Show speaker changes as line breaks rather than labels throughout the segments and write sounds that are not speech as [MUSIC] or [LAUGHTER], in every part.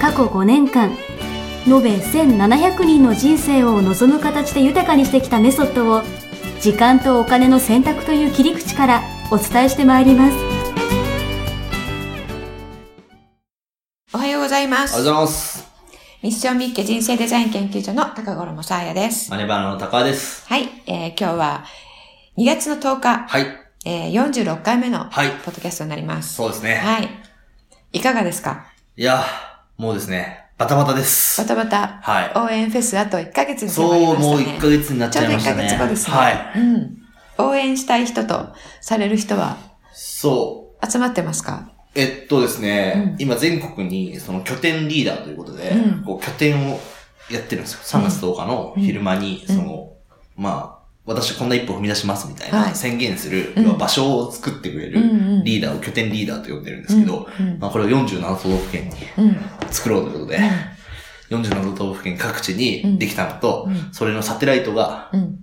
過去5年間延べ1700人の人生を望む形で豊かにしてきたメソッドを時間とお金の選択という切り口からお伝えしてまいります
おはようございま
おはよう
す。
ございます。
ミッションミッケ人生デザイン研究所の高頃もさあやです。
マネバナの高田です。
はい、えー今日は2月の10日、
はい。
えー46回目のポ
はい
ッドキャストになります。
そうですね。
はい。いかがですか
いや、もうですね、バタバタで
バ
す。
タバタ
は
応援フェスあと1ヶ月
い。
に迫り
そう、
ました
もう
ね。
1ヶ月になっちゃいましたね。
ちょうど1ヶ月後ですね。
はい。
うん。応援したい人とされる人は
そう。
集まってますか
えっとです
うん
ね、今全国にその拠点リーダーということで、
うん
こう拠点をやってるんですよ。3月10日の昼間に、
うん
その、まあ、私こんな一歩踏み出しますみたい
は
ない宣言する、
うん
要は場所を作ってくれ
うんうん
るリーダーを拠点リーダーと呼んでるんですけど、
うん
まあこれを47都道府県に
うん。うん
作ろうということで、47都道府県各地
うん
にできたのと、
うん
それのサテライトが、
うん。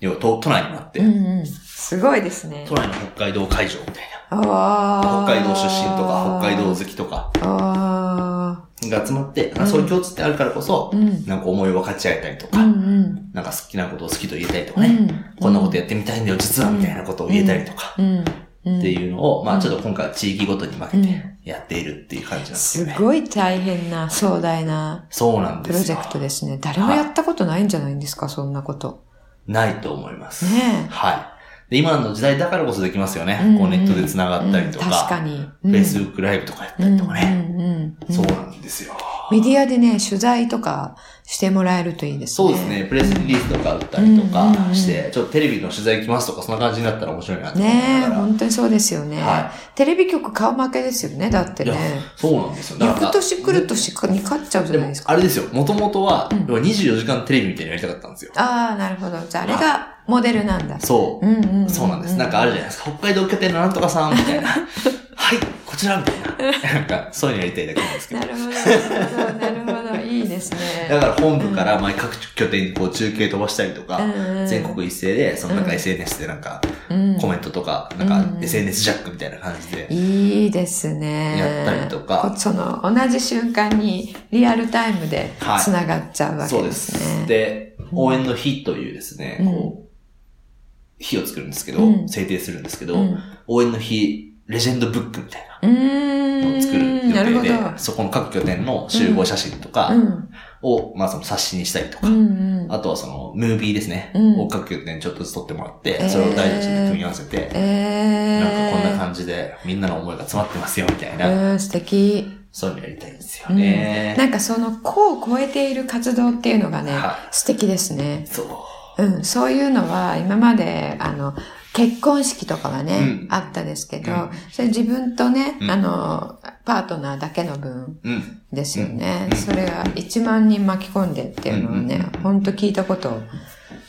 要は都都内になって、
うんうん。すごいですね。
都内の北海道会場みたい
北
な。北海道出身とか、北海道好きとか
あ
が集まって、
ん
そういう共通ってあるからこそ
あ。う、ん。
なんか思いを分かち合えたりと
う
か、
んうん。
なんか好きなことを好きと言えたりと
う
かね、
ん。
こんなことやってみたいんだよ、実はみたいなことを言えたりとか、
うん。うん。
って
う
いうのを、まあちょっと今回は地域ごとに分けてやっているっていう感じなん
ん。
ですよ
す
ね。
ごい大変な、壮大な
そうなん
プ
で
ロ
す
ジ
よ
ェ。クトですね。誰もやったことないんじゃないんですか、そんなこと。
ないと思います。
ねえ
はい。で、今の時代だからこそできますよね。
うんうん
こうネットで繋がったりとか、
うん確かに。
フェイスブックライブとかやったりとかね。
うんうんうん。
そうなんですよ。
メディアでね、取材とかしてもらえるといいですね。
そうですね。プレスリリースとか打ったりとか
うんうんうん
して、ちょっとテレビの取材来ますとか、そんな感じになったら面白いなと思い
ね
な
え、
がら。
本当にそうですよね。
は
テレビ局顔負けですよね、だって
いや
ね。、
そうなんですよ。だから
翌年来る年かに勝っちゃうじ
で
ゃない
も
です、か。
あれですよ。もともとは、
うん
要は24時間テレビみたいにやりたかったんですよ。
ああ、なるほど。じゃあ、あれがモデルなんだ。
そう
う。んうんうん。
そうなんです。なんかあるじゃないですか。北海道拠点のなんとかさんみ
[LAUGHS]
たいな。はい、こちらみたいな。なんか、そういうのやりたいだけなんですけど
な。るほど、なるほど、なるほど。いいです
だ
ね。
から本部から毎各拠点にこう中継飛ばしたりとか、
うんうん
全国一斉で、そのなん
う
か
ん
SNS でなんか
うん
コメントとか、な
うん
ん
うん
か SNS ジャックみたいな感じで、
いいですね。
やったりとか
こその、同じ瞬間にリアルタイムで
はい
繋がっちゃうわ
そ
け
うで
です
す。
ね。
で、応援の日というですね、
うん
こう、日を作るんですけど、
うん
制定するんですけど、
うん
応援の日、レジェンドブックみたいな
う
のを作る
ーん、なる
予
ほ
定
ど。
で、そこの各拠点の集合写真とか
うん、
を、まあその冊子にしたりとか
う、ん、うん。
あとはその、ムービーですね。
うん
を各拠点ちょっとずつ撮ってもらって、
えー
それを大事に組み合わせて、
え
なん
ー。
かこんな感じで、みんなの思いが詰まってますよ、みたいな。
えー、素敵。
そういうのやりたいんですよね。
なんかその、個を超えている活動っていうのがね
は、
素敵ですね。
そう。
うん、そういうのは今まで、あの、結婚式とかはね、
うん
あったですけど、
うん
それ自分とね、
うん
あの、パートナーだけの分
うん。
ですよね。
うん
それが1万人巻き込んでっていうのはね、
うん
ほんと聞いたこと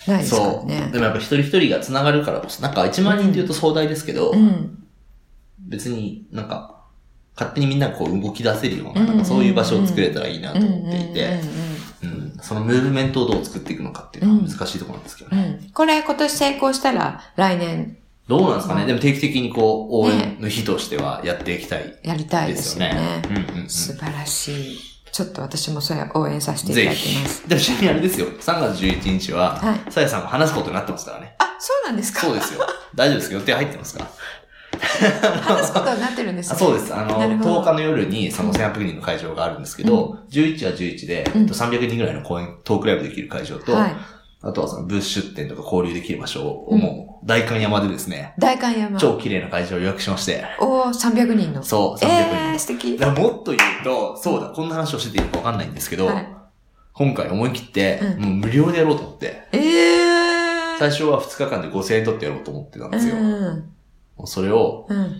ないですから
そう。
ね
で。もやっぱ一人一人が繋がるからこそ、なんか1万人って言うと壮大ですけど、
うん。
別になんか、勝手にみんながこう動き出せるような、
うん
なんかそういう場所を作れたらいいなと思っていて、
う
うんそのムーブメントをどう作っていくのかっていうのは難しいところなんですけどね。
んうんうん。うん。これ今年成功したら来年
どうなんですか
う
ね
ん
でも定期的にこう、応援の日としてはやっていきたい
やりたい
で
ですす
よ
よね。
ね。うんうんうん
素晴らしい。ちょっと私もそれ応援させていた
ぜ
だきま
ひ
す。。
でもちなみにあれですよ。3月11日は
はい、
さやさんが話すことになってますからね。
あ、 [LAUGHS] そうなんですか
そうですよ。大丈夫ですか予定入ってますか
話すことになってるんですね
あそうです。あの、
なるほど
10日の夜にその1800人の会場があるんですけど、11は11で、
うん
えっと300人ぐらいの公演、トークライブできる会場と、
はい。
あとはそのブース出展とか交流できる場所を、もう、大観山でですね、
大観山。
超綺麗な会場を予約しまして、
おー、300人の。
そう、300人。
えー、素敵。
だからもっと言うと、そうだ、こんな話をしてていいのかわかんないんですけど、
はい
今回思い切って、
うん
もう無料でやろうと思って、
えー。
最初は2日間で5000円取ってやろうと思ってたんですよ。
うん。
もうそれを
うん。
だか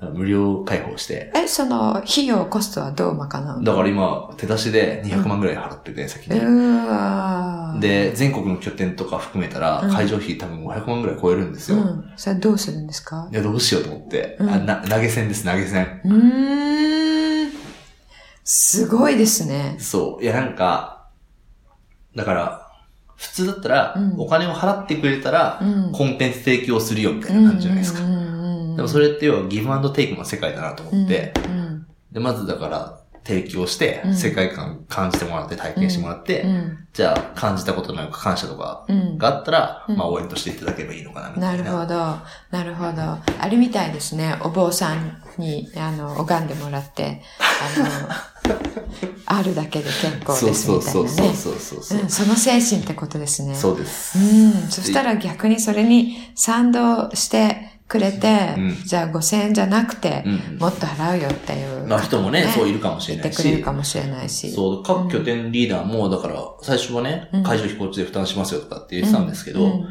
ら無料開放して、
え、その、費用、コストはどう賄うの
だから今、手出しで200万ぐらい払ってて、先に。
うわー、
で、全国の拠点とか含めたら
うん、
会場費多分500万ぐらい超えるんです
う
よ。
ん。それどうするんですか
いや、どうしようと思って。
うん
あな投げ銭です、投げ銭。
うーん。すごいですね。
そう。いや、なんか、だから、普通だったら、
うん
お金を払ってくれたら、
うん。
コンテンツ提供するよみたいな感じじゃないですか。
うんうんうん、
でもそれって要はギブアンドテイクの世界だなと思って、
うんうん
で、まずだから、提供して
う、ん
世界観感じてもらって、体験してもらって、
うん
じゃあ感じたことなんか感謝とか
うん
があったら、
うん
まあ応援としていただければいいのかな、みた
ないる
な。
ほど。なるほど。あれみたいですね。お坊さんに、あの、拝んでもらって、あの、 [LAUGHS] あるだけで結構
そう
です
そ
み
う
た
そ
いうな
そう
ね。
そうそうそう、
うん、その精神ってことですね。
そうです。
うん、そしたら逆にそれに賛同してくれて、
うん
じゃあ5000円じゃなくて、
うん
もっと払うよっていう。
まあ人もね、そうい
る
るかもしれ
言っ
な
て
い
くれる
し
か。もしれないし。
そう、各拠点リーダーも、だから、最初はね、
うん
会場飛行地で負担しますよとかって言ってたんですけど、
うん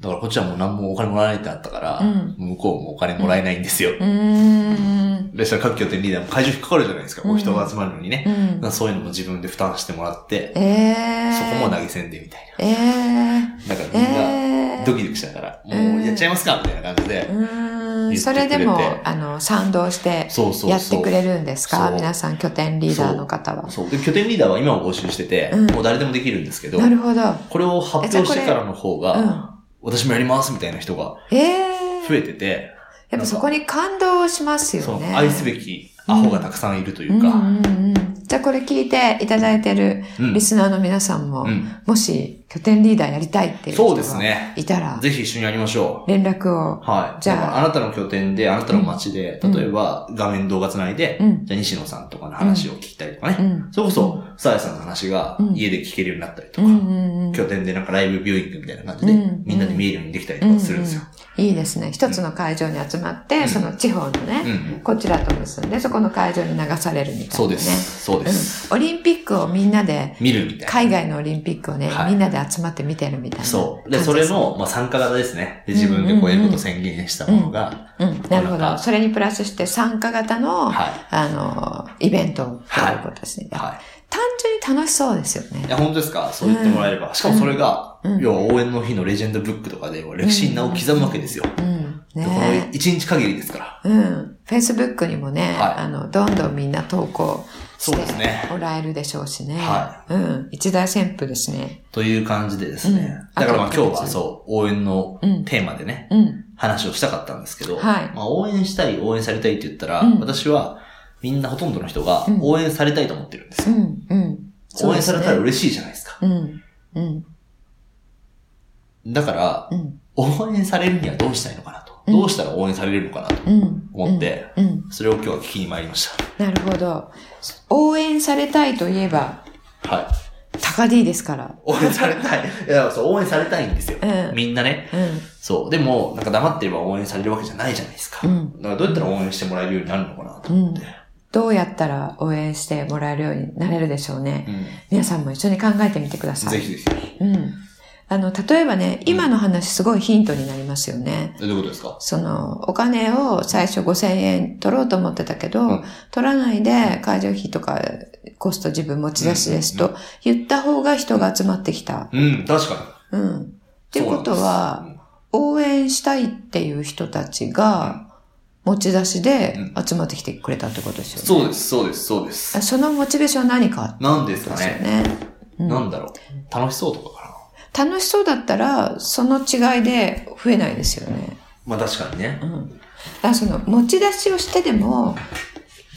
だからこっちはもう何もお金もらえないってなったから、
うん
向こうもお金もらえないんですよ。
うーん。
で、そしたら各拠点リーダーも会場引っかかるじゃないですか、
うん
もう人が集まるのにね。
う
だ
ん
からそういうのも自分で負担してもらって、
ええ
そこも投げ銭でみたい
ええ
な。だから
え
みんな、
え
ドキドキしたから、
うん
もうやっちゃいますかみたいな感じで。
うー
言ってくれ
ん。
て
それでも、あの、賛同して、
そうそうそう。
やってくれるんですか
そう
皆さん、拠点リーダーの方は。
そう。で、拠点リーダーは今も募集してて、
うん
もう誰でもできるんですけど、
なるほど。
これを発表してからの方
う
が、
ん。
私もやりますみたいな人が
ええ
増えてて、
やっぱそこに感動します
そ
よね。
の愛すべきアホがたくさんいるというか、
うんうんうん、じゃあこれ聞いていただいてる
うん
リスナーの皆さんも、
うん
もし拠点リーダーやりたいっていう
そ
人
うです
が
ね。
いたら、
ぜひ一緒にやりましょう。
連絡を。
はい。
じ
じ
ゃあ
ゃあ、あなたの拠点で、あなたの街で、
うん
例えば画面動画つないで、
うん
じゃあ西野さんとかの話を聞きたりとかね。
うん。
それこそ、さやさんの話が
うん
家で聞けるようになったりと
う
か、
んうんうん
拠点でなんかライブビューイングみたいな感じで、
うん
みんなで見えるようにできたりとかするんですよ。
いいですね。一つの会場に集まって、
うん
その地方の
うん、
ね、こちらと結んで、そこの会場に流されるみたいな、ね。
そうです。そうです。
うん。オリンピックをみんなで、
見るみたいな。
海外のオリンピックをね、
はい
みんなで集まって見てるみたいな。
そう。で、それ。の、まあ、参加型ですね。で、自分でこうやることを宣言したものが、
うん、なるほど。
なんか
それにプラスして参加型の、
は
あの、イベントということですね。
い。は
単純に楽しそうですよ
い。い
ね。
や、本当ですかそう言ってもらえれば。しかもそれが、
うん
要は応援の日のレジェンドブックとかで、歴史に名を刻むわけですよ。
うん。
でこの
ね
一日限りですから。
うん。Facebook にもね、
はい
あの、どんどんみんな投稿し
そうですね
てもらえるでしょうしね。
は
うん。一大旋風ですね。
という感じでです
うん
ね。だからまあ
あと
今日はそう、応援の
うん
テーマでね、
うん。
話をしたかったんですけど、
はい
まあ応援したい、応援されたいって言ったら、
うん
私はみんなほとんどの人が
うん
応援されたいと思ってるんです
う
よ。
ん。うん。
応援されたら
そうで
嬉しいじゃないですか。
すねうん。うん。
だから、
うん。
応援されるにはどうしたらいいのかなと。
うん
どうしたら応援されるのかなと
うん。
思って、
うん。うん。
それを今日は聞きに参りまし
なるほど。応援されたいといえば、[LAUGHS]
た。はい。
タカディですから。
応援されたい。いや、そう、応援されたいんですよ。
うん
みんなね。
う
そう。でも、なんか黙ってれば応援されるわけじゃないじゃないですか。
うん
だからどうやったら応援してもらえるようになるのかなと
ん。う
思
ん
って。。
どうやったら応援してもらえるようになれるでしょうね。
うん。
皆さんも一緒に考えてみてください。
ぜひぜひ。
うん。あの、例えばね、
ん
今の話すごいヒントになりますよね。
えどういうことですか
その、お金を最初5000円取ろうと思ってたけど、
うん
取らないで会場費とかコスト自分持ち出しですと言った方が人が集まってきた。
うん、確か
うん。って
に。
いうことは、応援したいっていう人たちが持ち出しで集まってきてくれたってことですよね。
そうなんです、そうです、そうです、そう
あそのモチベーションは何か
です。なんですか
ですよ
ね。
ね。うん
なんだろう。楽しそうとかかな。
楽しそうだったら、その違いで増えないですよね。
まあ確かにね
う。ん。だからその、持ち出しをしてでも、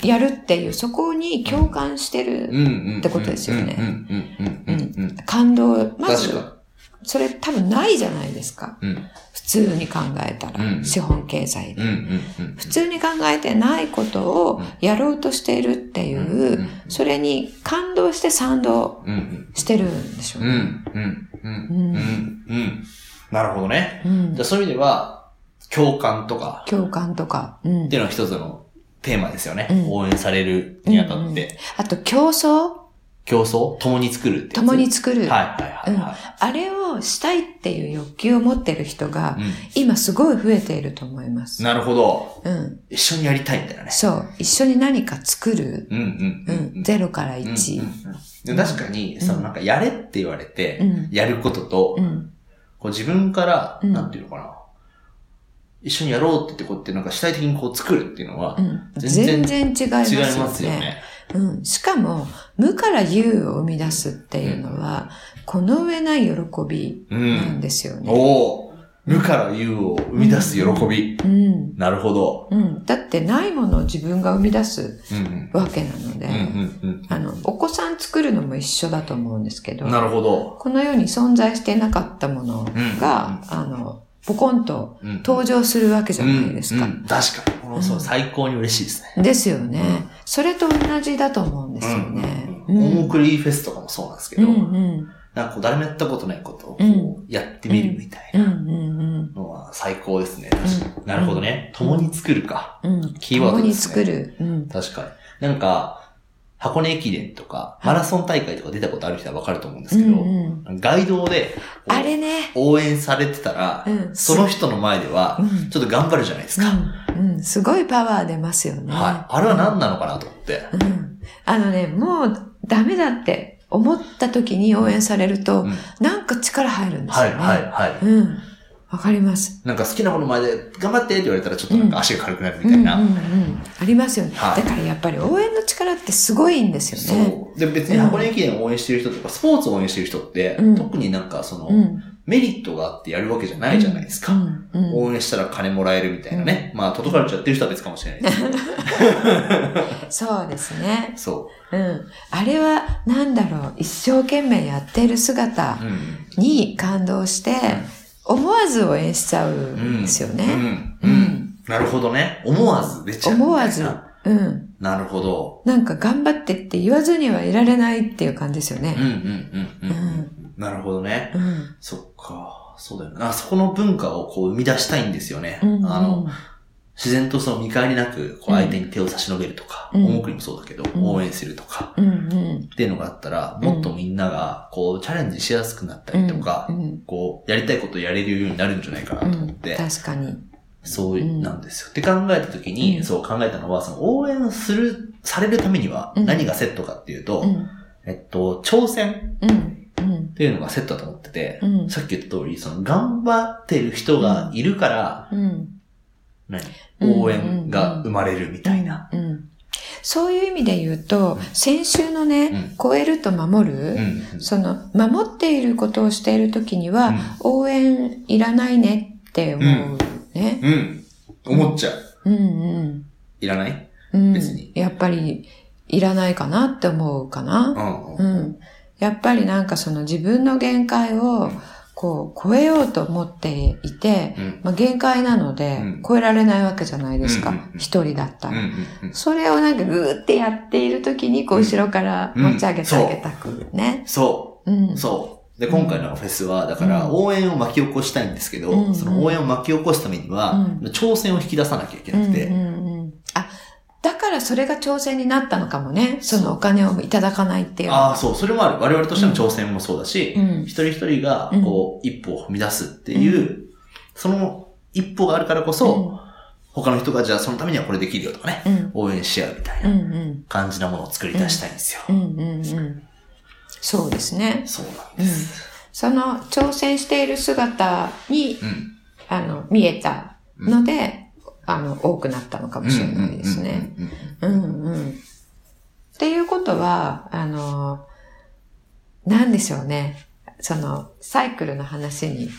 やるっていう、そこに共感して
う
る。
んうん。
ってことですよね
うんうんうんうんうんうん。
感動、まず
確か、
それ多分ないじゃないですか。
うん。
普通に考えたら、
うん
資本経済
う
で。
んうんうん。
普通に考えてないことをやろうとしているっていう、
うんうん
それに感動して賛同
うん
してるんでしょ
う。
うん
う
ね。
んうんうんうんうん。なるほどね。
うん
じゃあそういう意味では、共感とか
共感とか。うん
っていうのが一つのテーマですよね
うん。
応援されるにあたっ
うんうん
て。
あと競争
競争共に作るってやつ
共に作る。
はいはいはいはい。
あれをしたいっていう欲求を持ってる人が、
う
今すごい増えていると思います。
ん。なるほど。
うん。
一緒にやりたいみたいなね。
そう。一緒に何か作る。
うんう
う
んうんん。。
0から
うんうん
1。
うんで確かに、そのなんかやれって言われて
うん、
やることと、
うん。
こう自分から、
うん
なんていうのかな。一緒にやろうってってこうやってなんか主体的にこう作るっていうのは
う、ん。全
全
然違います
違い
よね。
ますよね。
うん。しかも、無から有を生み出すっていうのは、この上ない喜び
う
なん
ん。
ですよね。
おお無から有を生み出す喜び。
うん。
なるほど。
うん。だってないものを自分が生み出す
うんうん。
わけなので、
うんうん
あの、お子さん作るのも一緒だと思うんですけ
う
ど
ん。、なるほど。
この世に存在してなかったものが、あの、ポコンと
うん
登場するわけじゃないですか。
うんうん確かに。このそう最高に嬉しいですね。
ですよね、
うん
それと同じだと思うんですよね。
うんうんうん。
うん
大栗フェスとかもそうなんです
う
けど、
んうん
なんかこう誰もやったことないことを
うん
やってみるみたい
うんう
なんのは最高ですね。確かになるほどね。
うん
共に作るか。
うんうん。
キーワード
共
で
に
すね
作る。うん。
確かに。なんか、箱根駅伝とか、マラソン大会とか出たことある人はわかると思うんです
う
けど、
んうん。
ガイドで
あれね。
応援されてたら、
うん
その人の前では
う、ん
ちょっと頑張るじゃないですか。
うん。うん。すごいパワー出ますよね。
はい。あれは何なのかなと思って。
うん。あのね、もうダメだって思った時に応援されると、
うん
なんか力入るんですよ
はい
ね。
はいはい。
うん。わかります。
なんか好きな子の前で頑張ってって言われたらちょっとなんか足が軽くなるみたいな。
うんうんうん。ありますよね。
はい
だからやっぱり応援の力ってすごいんですよね。
そう。で、別に箱根駅伝を応援してる人とか、スポーツを応援してる人って、
うん
特になんかその、
ん。
メリットがあってやるわけじゃないじゃないですか。
うんうん
応援したら金もらえるみたいなね。まあ、届かれちゃってる人は別かもしれないですけど。
そうですね。
そ
うん。あれは、なんだろう、一生懸命やっている姿
う。うん。
に感動して、思わず応援しちゃうんですよ
う
ね。
ん。うん。なるほどね。思わず出ちゃうみたいな。
思わず、うん。
なるほど。
なんか頑張ってって言わずにはいられないっていう感じですよ
うんう
ね。
んうんうん。
うん
なるほどね。
うん。
そっか。そうだよね。あそこの文化をこう生み出したいんですよね。
うん。
あの、自然とその見返りなく、こう相手に手を差し伸べるとか、
うん
重くにもそうだけど、
ん
応援するとか、
うんうん。
っていうのがあったら、もっとみんなが、こう、チャレンジしやすくなったりとか
う、ん。
こう、やりたいことをやれるようになるんじゃないかな
う
と思っ
ん。
て、
確かに。
そうなんですよ。って考えた時
うん
に、そう考えたのは、その応援する、されるためには
うん
何がセットかっていうと
う、ん。
えっと、挑戦
うん。うん
っ。ていうのがセットだと思ってて
う、ん
さっき言った通り、その、頑張ってる人がいるから、
うん。
何
うん
応援が生まれるみたいな。。
うん。そういう意味で言うと、先週のね
う、
超えると守る、
うん
その、守っていることをしているときには、応援いらないねって思うね。
うん。思っちゃ
う
う。
んうん。
いらない
うん。
別に
やっぱり、いらないかなって思うかな。
ん
う。ん。やっぱりなんかその自分の限界を、こう、超えようと思っていて、
うん。
まあ、限界なので
うん、
超えられないわけじゃないです
うん
か
う。ん
一人だった
う
ら。
ん。
それをなんかグーってやっているときに、こう、後ろから持ち上げてあげたくね。
そ
うん
う。。そう。で、今回のフェスは、だから、
うん
応援を巻き起こしたいんですけど、
うん
その応援を巻き起こすためには、
うん
挑戦を引き出さなきゃいけなくて、
うんうんうん、あだからそれが挑戦になったのかもねそのお金をいただかないっていうの
あ
が
あ、そう、それもある。我々としての挑戦もそうだし、
うん
一人一人が、こう、一歩を踏み出すっていう、その一歩があるからこそ、他の人が、じゃあそのためにはこれできるよとかね、
うん
応援し合うみたい
うん
な
うん
感じなものを作り出したいんですよ。
うんうんうんそうですね
そうなんです。
その挑戦している姿に
うん
あの見えたので、あの多くなったのかもしれないですね。
うんうんうん
うんうんっていうことはあのなんでしょうねそのサイクルの話に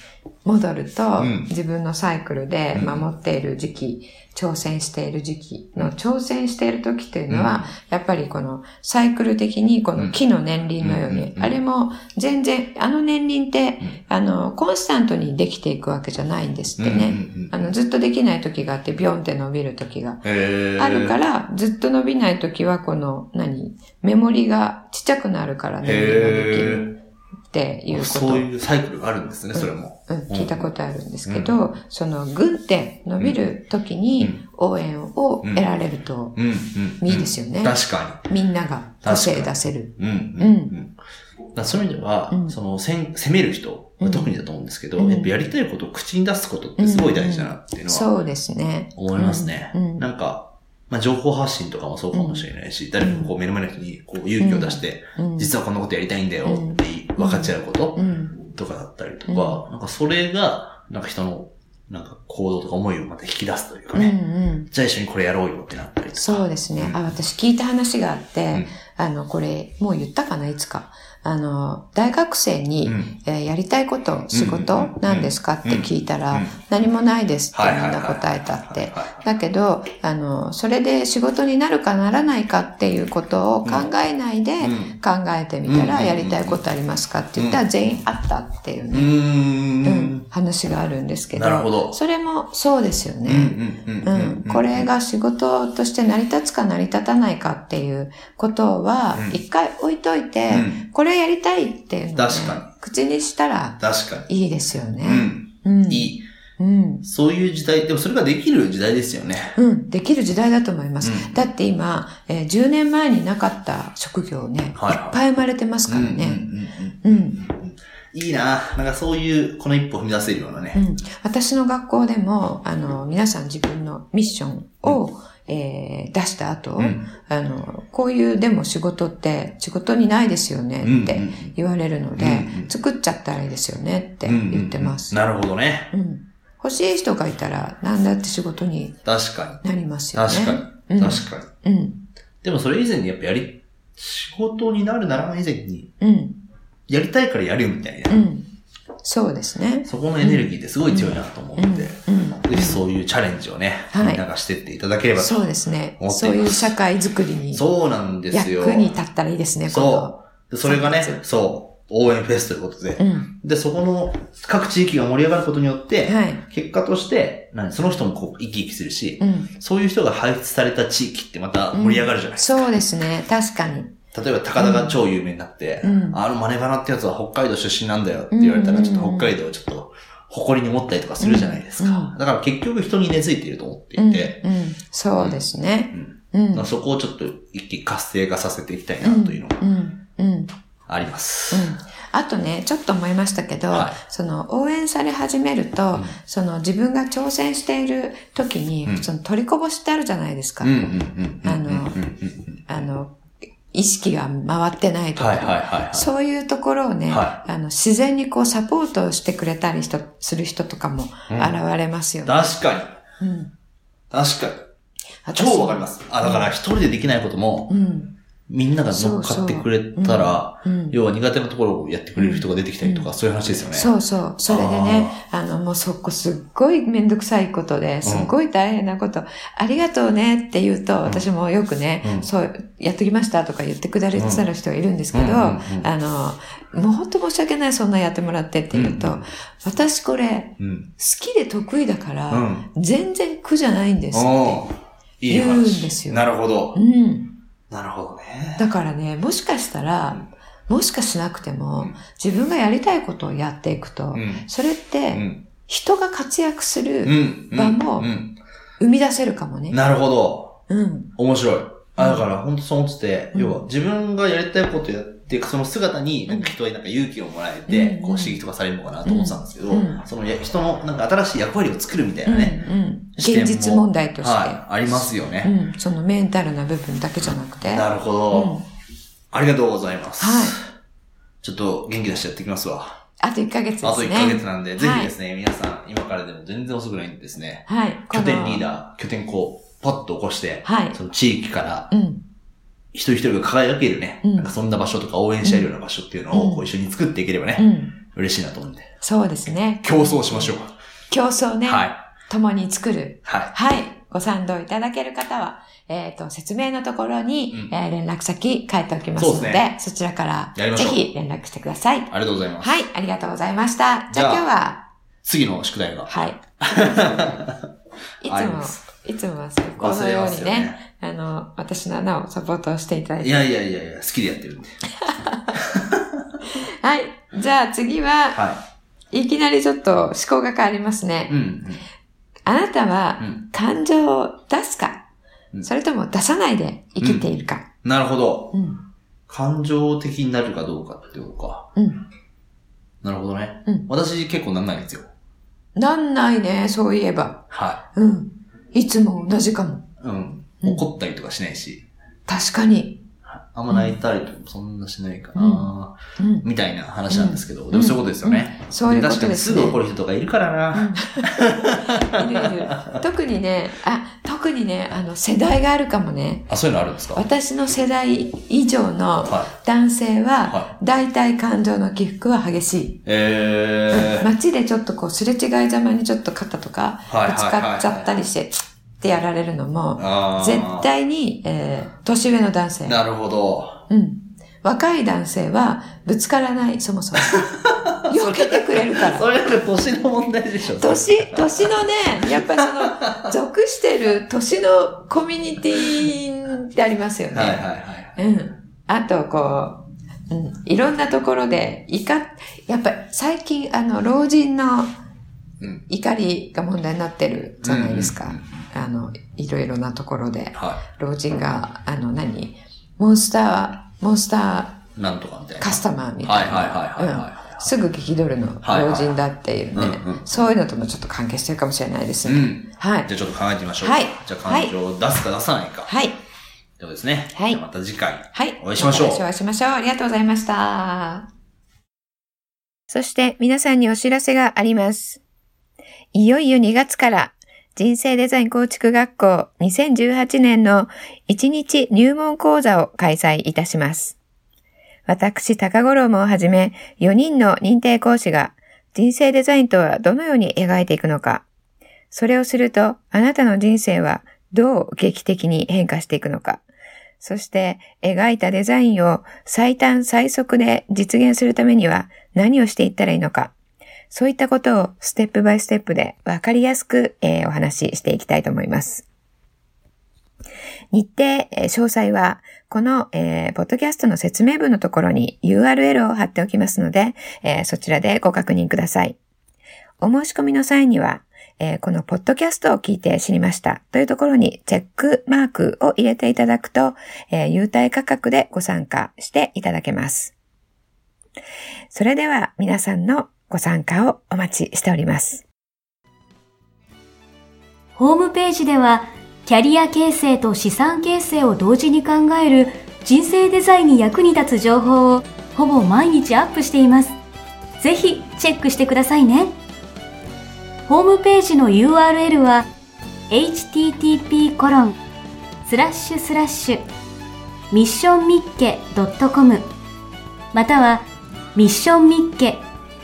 戻ると、
うん
自分のサイクルで
うん
守っている時期、挑戦している時期の挑戦している時というのは、
うん
やっぱりこのサイクル的にこの木の年輪のように、
うんうん
あれも全然あの年輪って、あのコンスタントにできていくわけじゃないんですってね、
うんうんうん
あのずっとできない時があってビョンって伸びる時が
へー
あるから、ずっと伸びないときは、この、何メモリがちっちゃくなるから伸びができ
へ
る。
ー
っていうこと
そういうサイクルがあるんですね、それも。
うん、聞いたことあるんですけど、そのグッて伸びる時
う
に
ん
応援を得られると、
うん、うん。うん
いいですよね
確か
みんなが個性出せる。
に。うん、
うん
ん。だからそういう意味では、
うん
そのせん、攻める人は特にだと思うんですけど、
うん
やっぱやりたいことを口に出すことってすごい大事だなっていうのは
そうですね。
思いますね。
うんうん
なんか、まあ、情報発信とかもそうかもしれないし、誰かこう目の前の人にこう勇気を出して、
うん、
実はこんなことやりたいんだよって分かっちゃうこと、
うん、
とかだったりとか、なんかそれが、なんか人の、なんか行動とか思いをまた引き出すというか
うん、う
ね、
ん。
じゃあ一緒にこれやろうよってなったりとか。
そうですね。あ、私聞いた話があって、あの、これ、もう言ったかないつか。あの、大学生に、
うん
えーやりたいこと、仕
うん
事
うんうん
なんですかって聞いたら、
うん
何もないですって
はい
み
はい
ん
はい
な答えたっ
はい
て
はいは。
だけど、あの、それで仕事になるかならないかっていうことを考えないで
ん
考えてみたら、
うん
やりたいことありますかって言ったら全員あったっていう
うー
ね、
ん。う
うんん、話があるんですけど、
なるほど
それもそうですよね。
うんう
うんん、これが仕事として成り立つか成り立たないかっていうことは
う、ん
一回置いといて、
う
これやりたいっていうのをね、
確か
口にしたら
確か
いいですよね
に。う。ん。
うん。い。
いい。
うん。
そういう時代、でもそれができる時代ですよね。
うん。できる時代だと思います。
うん
だって今、えー10年前になかった職業ね、
はい
い
はい
っぱい生まれてますからね。
うんう
う
んうんうんいいななんかそういう、この一歩を踏み出せるような
う
ね。
ん。私の学校でも、あの、皆さん自分のミッションを、えー出した後、
うん
あの、こういうでも仕事って仕事にないですよ
うんう
ね
ん
って言われるので、
うんうん
作っちゃったらいいですよねって
うんうん
言ってます。
なるほどね。
うん欲しい人がいたら、なんだって仕事に
確か
なりますよ
に。
ね。
確かに。
うん
確かに。
うん。
でもそれ以前にやっぱやり、仕事になるならない以前に、
うん。
やりたいからやるよみたいな、
うん。そうですね。
そこのエネルギーってすごい強いなと思って、
うんうん
ぜひそういうチャレンジをね、
はい
みんながしてっていただければと。
そうですね
思ってい。ます
そういう社会づくりに
そうなんですよ。
役に立ったらいいですね、この。
そう。でそれがね
そうで、
そう、応援フェスということで、
うん。
で、そこの各地域が盛り上がることによって、
はい。
結果として、何その人もこう生き生きするし、
うん。
そういう人が輩出された地域ってまた盛り上がるじゃないですか。
そうですね。確かに。
例えば高田が超有名になって、
うん
あのマネバナってやつは北海道出身なんだよって言われたら、
うん
ちょっと北海道をちょっと誇りに思ったりとかするじゃないですか。
うん
だから結局人に根付いていると思って
う
い
ん。
て、
うんそうですね。
うん
うん。
まあそこをちょっと一気に活性化させていきたいなというのが
うん。うん。
あります。
うんあとね、ちょっと思いましたけど、
はい
その応援され始めると、
うん
その自分が挑戦している時に、
うん
その取りこぼしってあるじゃないですか。
うんうんうんうん
あの
うんうんうん
あの、意識が回ってないとか、
はいはいはいはい。
そういうところをね、
は
あの自然にこうサポートしてくれたり人する人とかも現れますよね。
確かに。
うん
確かに。
私
超わかります。あ、だから一人でできないことも、
うん。
みんなが乗っかってくれたら、
そうそううんうん
要は苦手なところをやってくれる人が出てきたりとか、そういう話ですよね。
そうそう。それでね、あの、もうそこすっごいめんどくさいことで、すっごい大変なこと、ありがとうねって言うと、私もよくね、
うん
そう、やっときましたとか言ってくだれさる人がいるんですけど、
うんうんうんうん
あの、もう本当申し訳ない、そんなやってもらってって言うと、
うんう
私これ、
うん。
好きで得意だから、
うん
全然苦じゃないんですって。
おーいい話。
言うんですよ
なるほど
う。ん。
なるほどね。
だからね、もしかしたら、もしかしなくても、
うん
自分がやりたいことをやっていくと、
うん。
それって、
うん。
人が活躍す
う
る、
ん。
場も
うん。
生み出せるかもね。
なるほど。
うん。
面白い。あ、だから本当そう思ってて、
うん
要は自分がやりたいことやっていく、その姿に、なんか人はなんか勇気をもらえて、
うん
こう刺激とかされるのかなと思ってたんですけど、
うん
そのや人のなんか新しい役割を作るみたいなね、
うんうん、
視点も
現実問題として、
はい、ありますよね。
うん。そのメンタルな部分だけじゃなくて。
なるほど、
うん
ありがとうございます。
はい
ちょっと元気出してやってきますわ。
あと1ヶ月ですね。。
あと1ヶ月なんで、ぜひですすね、皆さん、今からでも全然遅くないんですね。
はい。はい、
拠点リー
ー。
ダー、拠点こう、パッと起こして、
はい
その地域から、
うん。
一人一人が輝けるね、
うん
なんかそんな場所とか応援し合えるような場所っていうの
うん
を、こう一緒に作っていければね、
うん。
嬉しいなと思うんで。
そうですね。
競争しましょう。
競争ね。
はい。
共に作る。
はい。
はい。ご賛同いただける方は、えっ、と、説明のところに、
うん
えー連絡先書いておきますので、そ
そ
う
ですね
ちらから、
やりまし
ぜ
ょう
ひ連絡してください。
ありがとうございます。
はい。ありがとうございました。じゃあ
じゃあ
今日は、
次の宿題が。
はい。
[LAUGHS]
い
ありま
つも、いつもはそうこのようにね、あの、私の穴をサポートしていただい
い
て、
やいやいやいや、好きでやってるんで。
はい。じゃあ次は、
はい
きなりちょっと思考が変わります
い。
ね。
うん。
あなた
う
は
ん。
感情を出すか
う、ん
それとも出さないで生きているか。
なるほど。
うん。
感情的になるかどうかってことか。
うん。
なるほどね。
うん
私結構なんないんですよ。
なんないね、そういえば。
は
うん。いつも同じかも。
い。うん。
うん
怒ったりとかしないし、
確かに。
あんま泣いたりとかもそんなしないかな、
うん。
みたいな話なんですけど、
ん
でもそういうことですよね。
そういうこと
確か
で
に
す
す
ね。
ぐ怒る人とかいるからな。
うんいる
[LAUGHS]
いる特にね、あ、特にね、あの、世代があるかもね。
あ、そういうのあるんですか
私の世代以上の
は
男性は
は、
大体感情の起伏は激しい。
い。えー。
街でちょっとこう、すれ違いざまにちょっと肩とか、ぶ
はいはいはいはい
つかっちゃったりして、つってやられるのも、
あー
絶対に、えー年上の男性。
なるほど。
うん。若い男性は、ぶつからない、そも
[LAUGHS]
そも。避けてくれるから。
それって年の問題でしょ。
年、年のね、やっぱりその、 [LAUGHS] 属してる年のコミュニティってありますよね。
はいはいはい。
うん。あと、こう、うん、いろんなところで、いか、やっぱり最近、あの、老人の
うん。
怒りが問題になってるじゃないです
うん
か
うん。
あの、いろいろなところで、
は
老人が、あの、何モンスター、モンスタ
い。なんとかみたい
ー
な。
カスタマーみ
は
た
い
い
はい
な。
はいはい
うん
は
すぐ激怒るの、
はいはい
老人だっていうね、
うんうん
そういうのともちょっと関係してるかもしれないです
い。う
ね。
ん。
はい
じ。ゃあちょっと考えてみましょう。
はい
じゃあ感情を出すか出さないか。
はい。
ということですね。
はい
じゃあまた次回。
はい。
お会いしましょう
お会いしましょう。ありがとうございました。そして皆さんにお知らせがあります。いよいよ2月から人生デザイン構築学校2018年の1日入門講座を開催いたします。私、高五郎もはじめ4人の認定講師が人生デザインとはどのように描いていくのか、それをするとあなたの人生はどう劇的に変化していくのか、そして描いたデザインを最短最速で実現するためには何をしていったらいいのか。そういったことをステップバイステップで分かりやすく、えーお話ししていきたいと思います。日程、えー詳細はこの、えーポッドキャストの説明文のところに URL を貼っておきますので、えーそちらでご確認ください。お申し込みの際には、えーこのポッドキャストを聞いて知りましたというところにチェックマークを入れていただくと、えー優待価格でご参加していただけます。それでは皆さんのご参加をお待ちしております。
ホームページでは、キャリア形成と資産形成を同時に考える人生デザインに役に立つ情報をほぼ毎日アップしています。ぜひチェックしてくださいね。ホームページの URL は http コロンスラッシュスラッシュミッションミッケ .com またはミッションミッケ